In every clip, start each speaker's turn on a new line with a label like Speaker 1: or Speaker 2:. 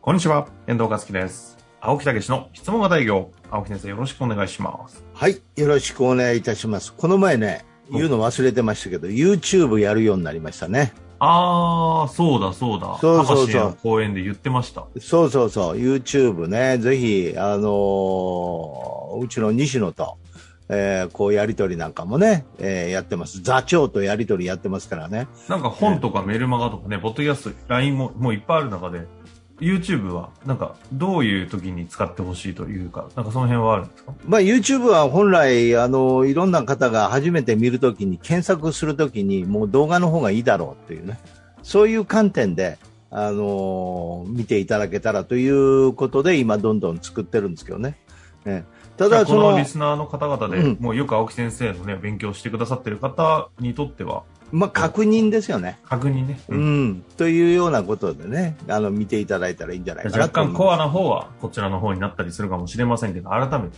Speaker 1: こんにちは、遠藤和樹です。青木武の質問が大業。青木先生、よろしくお願いします。
Speaker 2: はい。よろしくお願いいたします。この前ね、言うの忘れてましたけど、YouTube やるようになりましたね。
Speaker 1: あー、そうだそうだ。
Speaker 2: そうそうそう
Speaker 1: 明石の公演で言ってました。
Speaker 2: そうそうそう、YouTube ね、ぜひ、あのーうちの西野と、えーこうやりとりなんかもね、えーやってます。座長とやりとりやってますからね。
Speaker 1: なんか本とかメルマガとかね、ポッドキャスト、LINE ももういっぱいある中で、YouTube は、なんか、どういう時に使ってほしいというか、なんかその辺はあるんですか
Speaker 2: まあ YouTube は本来、あのいろんな方が初めて見るときに、検索するときに、もう動画の方がいいだろうっていうね、そういう観点で、あの見ていただけたらということで、今どんどん作ってるんですけどね。ええた
Speaker 1: じゃあ
Speaker 2: だ、
Speaker 1: こ
Speaker 2: そ
Speaker 1: の
Speaker 2: の
Speaker 1: リ、スナーの方々で、
Speaker 2: うん
Speaker 1: もうよく青木先生のね、勉強してくださってる方にとっては、
Speaker 2: まあ確認ですよね。
Speaker 1: 確認ね。
Speaker 2: うん、というようなことでね、あの見ていただいたらいいんじゃないかな
Speaker 1: 若干コア
Speaker 2: な。
Speaker 1: な方はこちらの方になったりするかもしれませんけど、改めてね、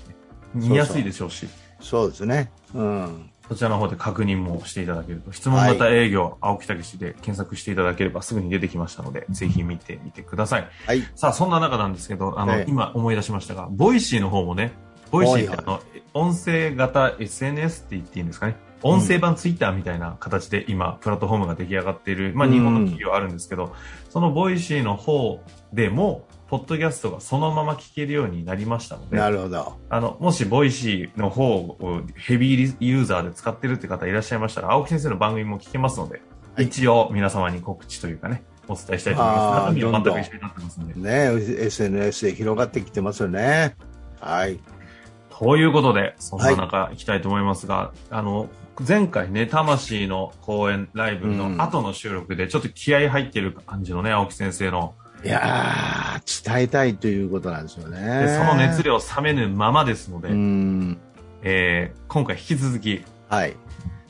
Speaker 1: 見やすいでしょうし、
Speaker 2: そうですね。うん。
Speaker 1: こちらの方で確認もしていただけると、質問型営業、青木武で検索していただければすぐに出てきましたので、ぜひ見てみてください。
Speaker 2: はい。
Speaker 1: さあ、そんな中なんですけど、あの、
Speaker 2: ええ
Speaker 1: 今思い出しましたが、ボイシーの方もね、ボイシーって
Speaker 2: はい
Speaker 1: あの、音声型 SNS って言っていいんですかね。音声版ツイッターみたいな形で今、プラットフォームが出来上がっている、まあ
Speaker 2: うん
Speaker 1: 日本の企業あるんですけど、そのボイシーの方でも、ポッドキャストがそのまま聞けるようになりましたので、
Speaker 2: なるほど。
Speaker 1: あの、もし、ボイシーの方をヘビーユーザーで使ってるって方いらっしゃいましたら、青木先生の番組も聞けますので、
Speaker 2: はい
Speaker 1: 一応皆様に告知というかね、お伝えしたいと思います。
Speaker 2: あー
Speaker 1: 中身は
Speaker 2: どんど
Speaker 1: 全
Speaker 2: ん
Speaker 1: く一緒になってますので。
Speaker 2: ね SNS で広がってきてますよね。はい。
Speaker 1: ということで、そんな中行きたいと思いますが、あの、前回ね、魂の公演ライブの後の収録で、ちょっと気合入ってる感じのね、青木先生の、
Speaker 2: いやー、伝えたいということなんですよ
Speaker 1: で
Speaker 2: ね。
Speaker 1: その熱量冷めぬままですので、
Speaker 2: うん。
Speaker 1: えー今回引き続き、
Speaker 2: はい。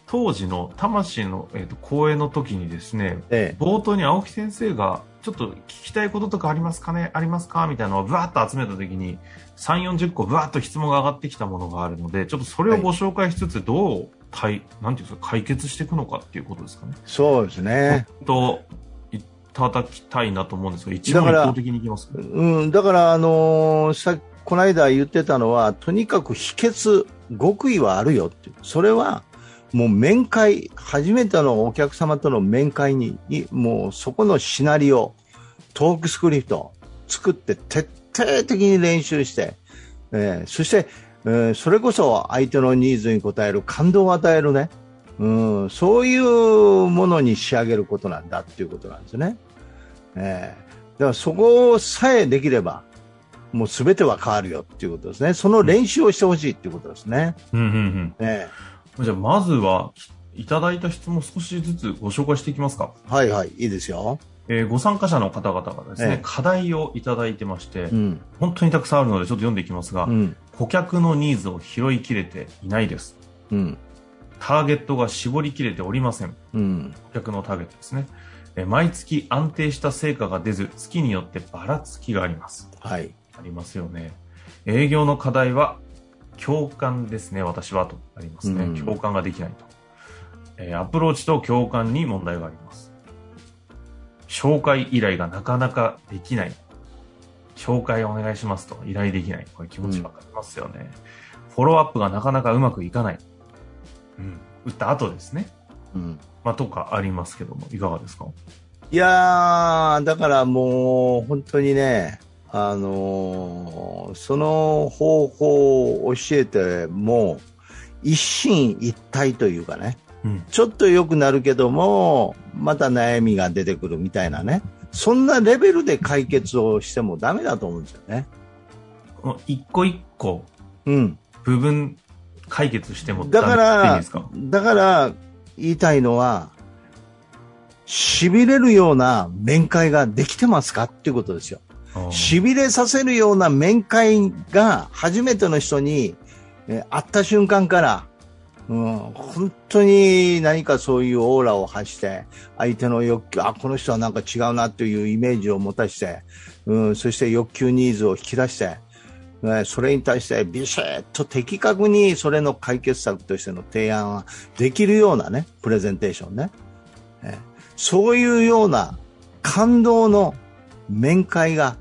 Speaker 1: 当時の魂の、えー、と公演の時にですね、
Speaker 2: え
Speaker 1: 冒頭に青木先生が、ちょっと聞きたいこととかありますかねありますかみたいなのをぶわっと集めた時に、3、40個ぶわっと質問が上がってきたものがあるので、ちょっとそれをご紹介しつつ、どう対、なんていうんですか、解決していくのかっていうことですかね。
Speaker 2: えそうですね。
Speaker 1: と、いただきたいなと思うんですが、一
Speaker 2: だ
Speaker 1: 番
Speaker 2: か
Speaker 1: 一
Speaker 2: ら
Speaker 1: 方的にいきますか
Speaker 2: うん、だから、あのーさこの間言ってたのは、とにかく秘訣、極意はあるよっていう、それはもう面会、初めてのお客様との面会に、いもうそこのシナリオ、トークスクリプト作って、徹底的に練習して、えーそして、えーそれこそ相手のニーズに応える、感動を与えるね、うん、そういうものに仕上げることなんだっていうことなんですね。えーだからそこさえできれば、もうすべては変わるよっていうことですね。その練習をしてほしいっていうことですね。
Speaker 1: うんうん
Speaker 2: ね
Speaker 1: うん。じゃあ、まずは、いただいた質問を少しずつご紹介していきますか。
Speaker 2: はいはい、いいですよ。
Speaker 1: えーご参加者の方々がですね、
Speaker 2: ええ
Speaker 1: 課題をいただいてまして、
Speaker 2: うん。
Speaker 1: 本当にたくさんあるので、ちょっと読んでいきますが、
Speaker 2: うん。
Speaker 1: 顧客のニーズを拾いきれていないです。
Speaker 2: うん。
Speaker 1: ターゲットが絞りきれておりません。
Speaker 2: うん。
Speaker 1: 顧客のターゲットですね。えー毎月安定した成果が出ず、月によってばらつきがあります。
Speaker 2: はい。
Speaker 1: ありますよね。営業の課題は、共感ですね、私はとありますね。
Speaker 2: うん
Speaker 1: 共感ができないと、えーアプローチと共感に問題があります。紹介依頼がなかなかできない。紹介お願いしますと依頼できない。これ気持ちわかりますよね。フォローアップがなかなかうまくいかない。うん。打った後ですね。
Speaker 2: うん。
Speaker 1: まあ、とかありますけども、いかがですか
Speaker 2: いやー、だからもう本当にね、あのーその方法を教えても、一心一体というかね、
Speaker 1: うん。
Speaker 2: ちょっと良くなるけども、また悩みが出てくるみたいなね。そんなレベルで解決をしてもダメだと思うんですよね。
Speaker 1: この一個一個、
Speaker 2: うん。
Speaker 1: 部分解決しても
Speaker 2: だか
Speaker 1: ダメっていいん
Speaker 2: ら
Speaker 1: ですか、
Speaker 2: だから、言いたいのは、痺れるような面会ができてますかっていうことですよ。
Speaker 1: うん
Speaker 2: 痺れさせるような面会が初めての人にえー会った瞬間から、うん、本当に何かそういうオーラを発して、相手の欲求、あ、この人はなんか違うなというイメージを持たして、うん、そして欲求ニーズを引き出して、ねそれに対してビシッと的確にそれの解決策としての提案はできるようなね、プレゼンテーションね。えそういうような感動の面会が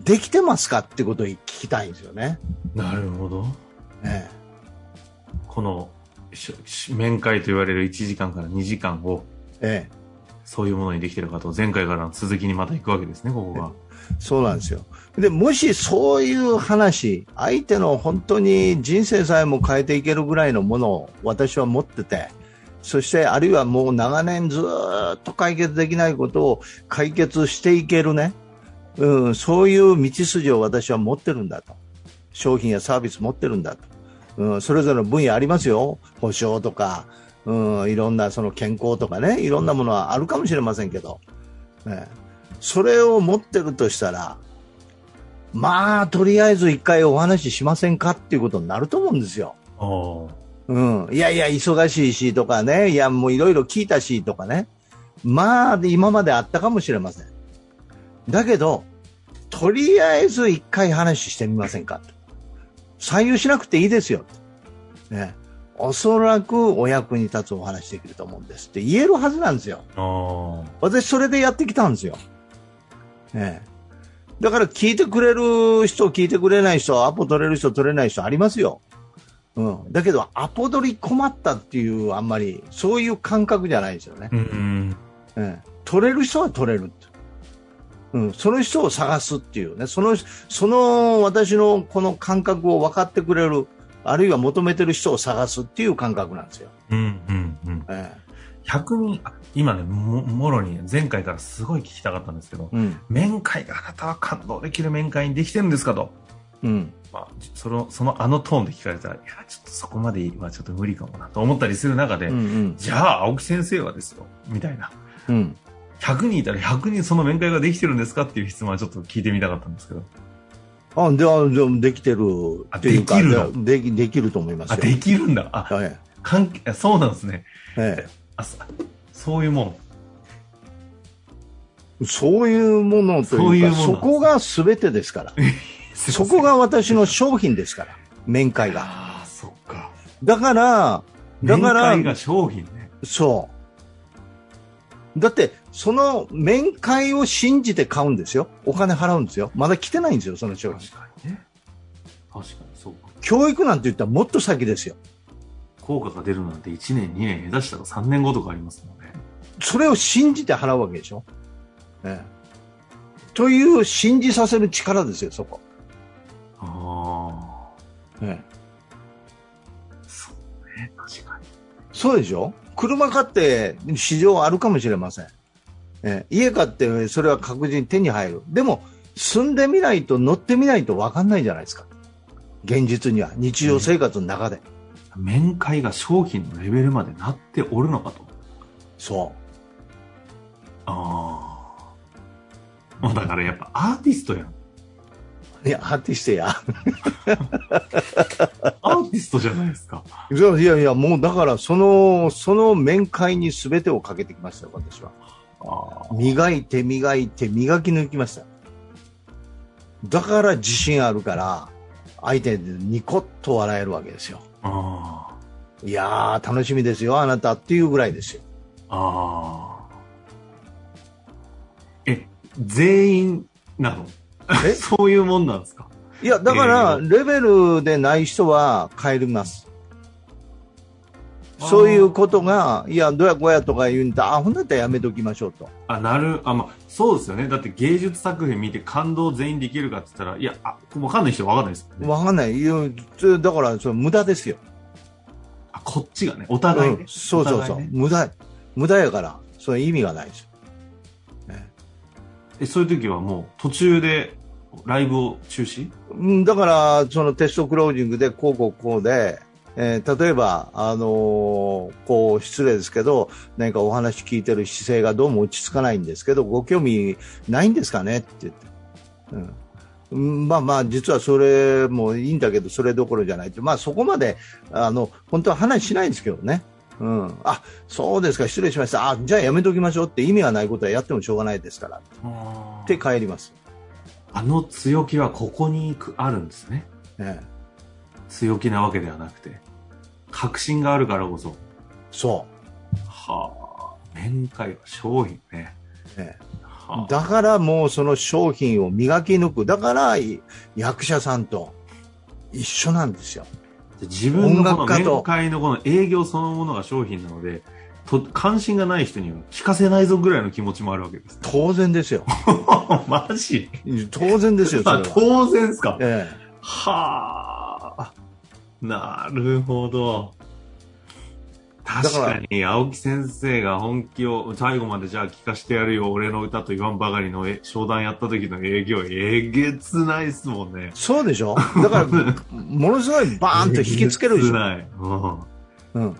Speaker 2: できてますかってことを聞きたいんですよね。
Speaker 1: なるほど。
Speaker 2: ね
Speaker 1: この、しし面会と言われる1時間から2時間を、
Speaker 2: ええ、
Speaker 1: そういうものにできてるかと、前回からの続きにまた行くわけですね、ここが。
Speaker 2: そうなんですよ。で、もしそういう話、相手の本当に人生さえも変えていけるぐらいのものを私は持ってて、そしてあるいはもう長年ずーっと解決できないことを解決していけるね、うん、そういう道筋を私は持ってるんだと。商品やサービス持ってるんだと。うん、それぞれの分野ありますよ。保証とか、うん、いろんなその健康とかね、いろんなものはあるかもしれませんけど。ねそれを持ってるとしたら、まあ、とりあえず一回お話ししませんかっていうことになると思うんですよ。
Speaker 1: ああ。
Speaker 2: うん。いやいや、忙しいしとかね。いや、もういろいろ聞いたしとかね。まあ、今まであったかもしれません。だけど、とりあえず一回話してみませんかと。採用しなくていいですよ。ね。おそらくお役に立つお話できると思うんですって言えるはずなんですよ。
Speaker 1: あ
Speaker 2: 私それでやってきたんですよ。ええ。だから聞いてくれる人、聞いてくれない人、アポ取れる人、取れない人ありますよ。うん。だけど、アポ取り困ったっていう、あんまり、そういう感覚じゃないですよね
Speaker 1: あ。。うん。
Speaker 2: ええ。取れる人は取れる。うん。その人を探すっていうね。その、その私のこの感覚を分かってくれる、あるいは求めてる人を探すっていう感覚なんですよ。
Speaker 1: うん。うん。うん。
Speaker 2: え
Speaker 1: 100人、あ今ね、ももろに前回からすごい聞きたかったんですけど、
Speaker 2: え。うん。
Speaker 1: 面会があなたは感動できる面会にできてるんですかと。
Speaker 2: うん。
Speaker 1: まあ、ちその、そのあのトーンで聞かれたら、いや、ちょっとそこまではちょっと無理かもなと思ったりする中で、
Speaker 2: うん。うん。
Speaker 1: じゃあ、青木先生はですよ、みたいな。
Speaker 2: うん。
Speaker 1: 100人いたら100人その面会ができてるんですかっていう質問はちょっと聞いてみたかったんですけど。
Speaker 2: あ、で、あでできてるっていうか、
Speaker 1: あできるの
Speaker 2: ででできると思いますよ。
Speaker 1: あ、できるんだ。あ、
Speaker 2: え
Speaker 1: 関係、あそうなんですね。
Speaker 2: ええ
Speaker 1: あ、そそういうもん。
Speaker 2: え、そういうものと
Speaker 1: そう
Speaker 2: い
Speaker 1: いうう
Speaker 2: か、
Speaker 1: もの
Speaker 2: そこが全てですから。そこが私の商品ですから。面会が。
Speaker 1: ああ、そっか。
Speaker 2: だから、だ
Speaker 1: だ
Speaker 2: か
Speaker 1: からら。面会が商品ね。
Speaker 2: そう。だって、その面会を信じて買うんですよ。お金払うんですよ。まだ来てないんですよ、その商品。
Speaker 1: 確かにね。確かに、そうか。
Speaker 2: 教育なんて言ったらもっと先ですよ。
Speaker 1: 効果が出るなんて1年、2年、下手したら3年後とかありますもんね。
Speaker 2: それを信じて払うわけでしょ。ええという信じさせる力ですよ、そこ。
Speaker 1: あ
Speaker 2: ええ
Speaker 1: あ、そうね、確かに。
Speaker 2: そうでしょ車買って市場あるかもしれません。ええ家買ってそれは確実に手に入る。でも、住んでみないと乗ってみないと分かんないじゃないですか。現実には、日常生活の中で。
Speaker 1: 面会が商品のレベルまでなっておるのかと。
Speaker 2: そ
Speaker 1: ああ。もうだからやっぱアーティストやん。
Speaker 2: う。いや、アーティストや。
Speaker 1: アーティストじゃないですか。
Speaker 2: いやいやいや、もうだから、その、その面会に全てをかけてきましたよ、私は。
Speaker 1: ああ。
Speaker 2: 磨いて磨いて磨き抜きました。だから自信あるから、相手にニコッと笑えるわけですよ。
Speaker 1: あ
Speaker 2: いやー、楽しみですよ、あなたっていうぐらいですよ。
Speaker 1: あ。ああ。え、全員なの
Speaker 2: え
Speaker 1: そういうもんなんですか
Speaker 2: いや、だから、レベルでない人は帰ります。そういうことが、いや、どうやこうやとか言うんだ、あ、ほんだったらやめときましょうと。
Speaker 1: あ、なる、あ、まあ、そうですよね。だって芸術作品見て感動全員できるかって言ったら、いや、あ、わかんない人はわかんないですもんね。
Speaker 2: わかんない。いやつだから、それ無駄ですよ。
Speaker 1: あ、こっちがね、お互いね。
Speaker 2: うんそうそう
Speaker 1: お
Speaker 2: そう。
Speaker 1: 互いね
Speaker 2: 無駄。無駄やから、それ意味がないですよ。
Speaker 1: え、そういう時はもう途中でライブを中止
Speaker 2: うんだから、そのテストクロージングで、こうこうこうで、えー例えば、あのーこう、失礼ですけど、何かお話聞いてる姿勢がどうも落ち着かないんですけど、ご興味ないんですかねって言って。うんうんまあまあ、実はそれもいいんだけど、それどころじゃないって、まあそこまで、あの、本当は話しないですけどね。うん。あ、そうですか、失礼しました。あ、じゃあやめときましょうって意味がないことはやってもしょうがないですから。って
Speaker 1: て
Speaker 2: 帰ります。
Speaker 1: あの強気はここに行くあるんですね。
Speaker 2: ええ
Speaker 1: 強気なわけではなくて。確信があるからこそ。
Speaker 2: そう。
Speaker 1: はあ、面会は商品ね。
Speaker 2: ええ
Speaker 1: はあ
Speaker 2: だからもうその商品を磨き抜く。だからい役者さんと一緒なんですよ。
Speaker 1: 自分のこの
Speaker 2: 音楽家と
Speaker 1: 面会のこの営業そのものが商品なので、と関心がない人には聞かせないぞぐらいの気持ちもあるわけです。
Speaker 2: 当然ですよ。
Speaker 1: マジ
Speaker 2: 当然 ですよ、それ
Speaker 1: あ
Speaker 2: は。
Speaker 1: 当然ですか。
Speaker 2: え
Speaker 1: はあ。なるほど。
Speaker 2: ら
Speaker 1: 確かに、青木先生が本気を、最後までじゃあ聞かしてやるよ、俺の歌と言わんばかりのえ商談やった時の営業、えげつないっすもんね
Speaker 2: え。そうでしょだから、 ものすごいバーンと引きつけるで
Speaker 1: えげ
Speaker 2: し
Speaker 1: つ
Speaker 2: ょ。
Speaker 1: ない。うん。
Speaker 2: うん。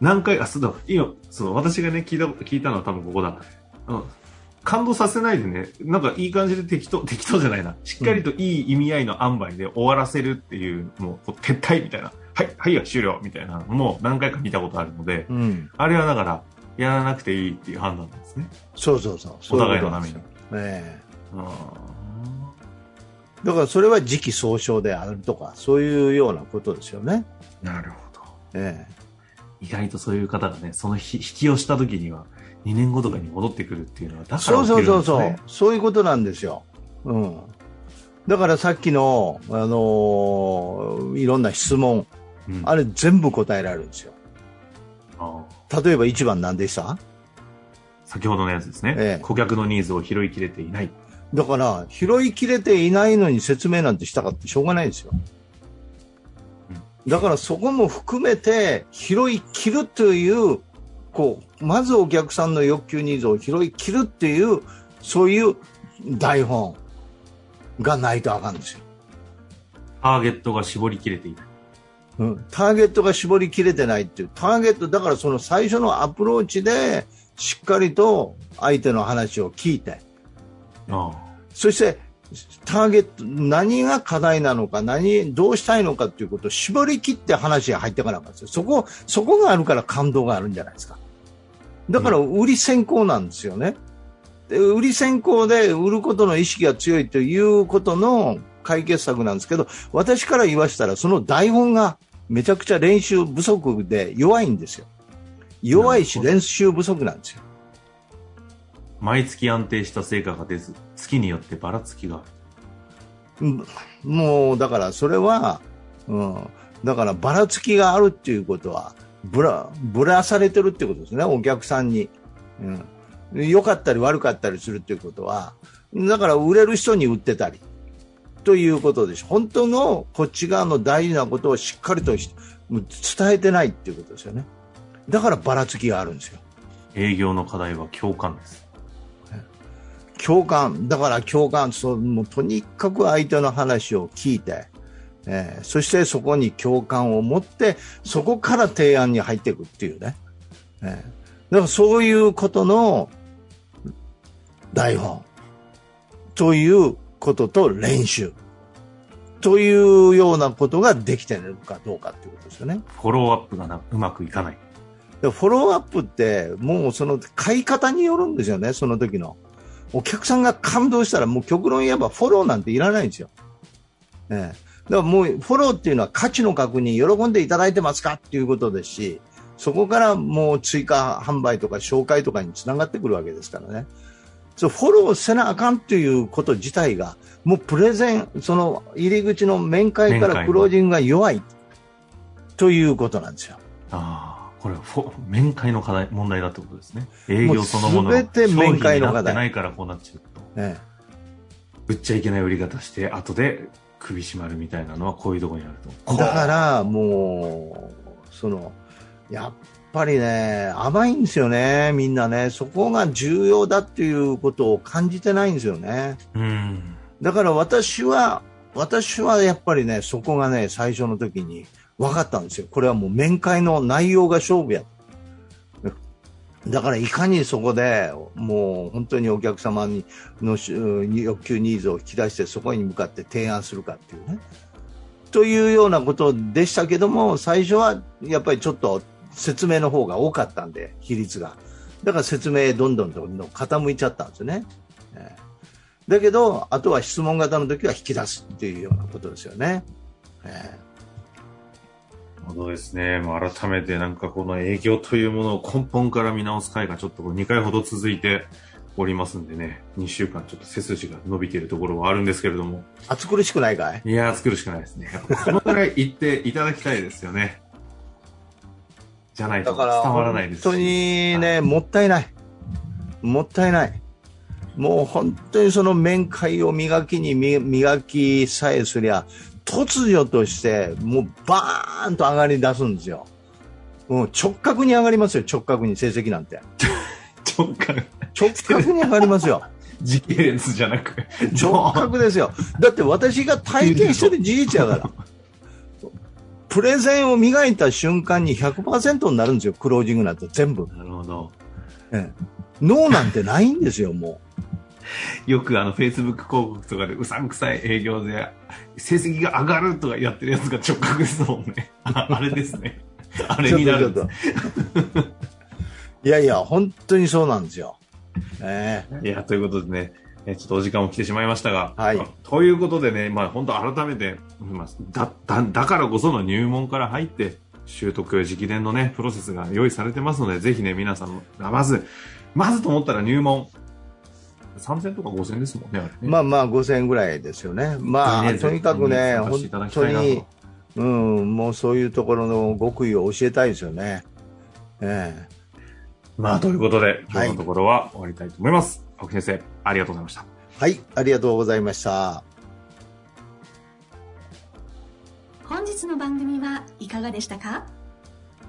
Speaker 1: 何回か、そうだ、今、そう、私がね、聞いた、聞いたのは多分ここだ。うん。感動させないでね、なんかいい感じで適当、適当じゃないな。しっかりといい意味合いの塩梅で終わらせるっていう、もう、こう撤退みたいな。はい、はいよ、終了みたいな。もう何回か見たことあるので、
Speaker 2: うん。
Speaker 1: あれはだから、やらなくていいっていう判断なんですね。
Speaker 2: そうそうそう。
Speaker 1: お
Speaker 2: そう
Speaker 1: 互
Speaker 2: う
Speaker 1: い
Speaker 2: こ
Speaker 1: の
Speaker 2: とな
Speaker 1: た
Speaker 2: んで
Speaker 1: め
Speaker 2: す
Speaker 1: に
Speaker 2: よ。。ええ
Speaker 1: うん
Speaker 2: だからそれは時期尚早であるとか、そういうようなことですよね。
Speaker 1: なるほど。
Speaker 2: え
Speaker 1: 意外とそういう方がね、その引引きをした時には、2年後とかに戻ってくるっていうのは、だ
Speaker 2: え、
Speaker 1: から
Speaker 2: そ
Speaker 1: 起
Speaker 2: う
Speaker 1: きる
Speaker 2: そ
Speaker 1: ん
Speaker 2: う
Speaker 1: ですね。
Speaker 2: そうそう、そういうことなんですよ。うん。だからさっきの、あのーいろんな質問、
Speaker 1: うん。
Speaker 2: あれ全部答えられるんですよ。
Speaker 1: あ
Speaker 2: 例えば1番何でした
Speaker 1: 先ほどのやつですね、
Speaker 2: ええ
Speaker 1: 顧客のニーズを拾いきれていない。
Speaker 2: だから、拾いきれていないのに説明なんてしたかってしょうがないんですよ。だからそこも含めて、拾いきるという、こう、まずお客さんの欲求ニーズを拾いきるっていう、そういう台本がないとあかんですよ。
Speaker 1: ターゲットが絞りきれていない。
Speaker 2: うん、ターゲットが絞りきれてないっていう、ターゲット、だからその最初のアプローチで、しっかりと相手の話を聞いて、
Speaker 1: あ
Speaker 2: そして、ターゲット、何が課題なのか、何、どうしたいのかっていうことを絞り切って話が入っていかなかったんですよ。そこ、そこがあるから感動があるんじゃないですか。だから、売り先行なんですよね。で売り先行で売ることの意識が強いということの解決策なんですけど、私から言わしたら、その台本がめちゃくちゃ練習不足で弱いんですよ。弱いし
Speaker 1: なるほど
Speaker 2: 練習不足なんですよ。
Speaker 1: 毎月安定した成果が出ず、月によってばらつきがある。
Speaker 2: うんもうだからそれは、うん、だからばらつきがあるっていうことはぶらぶらされてるってことですね、お客さんに。うん、良かったり悪かったりするっていうことはだから売れる人に売ってたりということでしょ本当のこっち側の大事なことをしっかりとし伝えてないっていうことですよね。だからばらつきがあるんですよ。
Speaker 1: 営業の課題は共感です。
Speaker 2: 共感、だから共感、そうもうとにかく相手の話を聞いて、えーそしてそこに共感を持って、そこから提案に入っていくっていうね。えーだからそういうことの台本ということと練習というようなことができてるかどうかっていうことですよね。
Speaker 1: フォローアップがなうまくいかない。
Speaker 2: でフォローアップって、もうその買い方によるんですよね、その時の。お客さんが感動したら、もう極論言えばフォローなんていらないんですよ。ええだからもうフォローっていうのは価値の確認、喜んでいただいてますかっていうことですし、そこからもう追加販売とか紹介とかにつながってくるわけですからね。そうフォローせなあかんということ自体が、もうプレゼン、その入り口の面会
Speaker 1: 面
Speaker 2: か
Speaker 1: 会
Speaker 2: ら
Speaker 1: の
Speaker 2: クロージングが弱いということなんですよ。
Speaker 1: ああ、これはフォ、面会の課題、問題だってことですね。営
Speaker 2: も
Speaker 1: 業
Speaker 2: う
Speaker 1: そのもの
Speaker 2: 全て面会
Speaker 1: 商品に
Speaker 2: の課題
Speaker 1: なってないからこうなっちゃうと。
Speaker 2: ええ
Speaker 1: 売っちゃいけない売り方して、後で首絞まるみたいなのはこういうところにあると。
Speaker 2: だからもう、その、やっぱりね、甘いんですよね、みんなね。そこが重要だっていうことを感じてないんですよね。
Speaker 1: うん。
Speaker 2: だから私は、私はやっぱりね、そこがね、最初の時に分かったんですよ。これはもう面会の内容が勝負や。だからいかにそこでもう本当にお客様にのしうん欲求ニーズを引き出してそこに向かって提案するかっていうね。というようなことでしたけども、最初はやっぱりちょっと説明の方が多かったんで、比率が。だから説明どんどんどんどん傾いちゃったんですよね。ええだけど、あとは質問型の時は引き出すっていうようなことですよね。え
Speaker 1: そうですね。もう改めてなんかこの営業というものを根本から見直す会がちょっとこう2回ほど続いて、おりますんでね、2週間ちょっと背筋が伸びているところはあるんですけれども、
Speaker 2: 暑苦しくないかい
Speaker 1: いやー、作るしかないですね。やっぱこのぐらい言っていただきたいですよね。じゃないと
Speaker 2: だ
Speaker 1: 伝
Speaker 2: から、
Speaker 1: わらないですし。
Speaker 2: 本当にね、もったいない。もったいない。もう本当にその面会を磨きにみ磨きさえすりゃ、突如として、もうバーンと上がり出すんですよ。うん、直角に上がりますよ、直角に成績なんて。
Speaker 1: 直感、
Speaker 2: 直角に上がりますよ。
Speaker 1: 時系列じゃなく。
Speaker 2: 直角ですよ。 だって私が体験してる事実やから。 プレゼンを磨いた瞬間に100%になるんですよ、クロージングなんて全部。
Speaker 1: なるほど。
Speaker 2: 脳なんてないんですよ、も
Speaker 1: よくあの、Facebook 広告とかでうさんくさい営業で、成績が上がるとかやってるやつが直角ですもんね。ああれですね。あ
Speaker 2: う。
Speaker 1: れになるん
Speaker 2: ち
Speaker 1: で
Speaker 2: ょ
Speaker 1: す
Speaker 2: っと ちょっといやいや、本当にそうなんですよ。ええ
Speaker 1: いや、ということでね、えちょっとお時間も来てしまいましたが、
Speaker 2: はい
Speaker 1: まあということでね、まあ、本当改めて、まあだ、だ、だからこその入門から入って、習得直伝のね、プロセスが用意されてますので、ぜひね、皆さんがまず、まずと思ったら入門、3000とか5000ですもんね、あれね
Speaker 2: まあまあ5000円ぐらいですよね。まあ、とにかくね、
Speaker 1: 本当に参加し
Speaker 2: 本
Speaker 1: ていただき
Speaker 2: 当
Speaker 1: たいなと
Speaker 2: に、うん、もうそういうところの極意を教えたいですよね。ええ
Speaker 1: まあ、ということで、今
Speaker 2: はい
Speaker 1: 日のところは終わりたいと思います。青木先生、ありがとうございました。
Speaker 2: はい、ありがとうございました。
Speaker 3: 本日の番組はいかがでしたか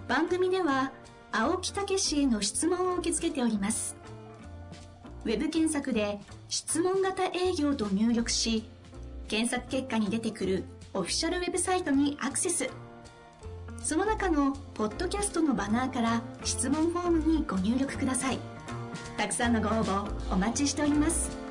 Speaker 3: 番組では青木武氏への質問を受け付けておりますウェブ検索で「質問型営業」と入力し検索結果に出てくるオフィシャルウェブサイトにアクセスその中のポッドキャストのバナーから質問フォームにご入力くださいたくさんのご応募お待ちしております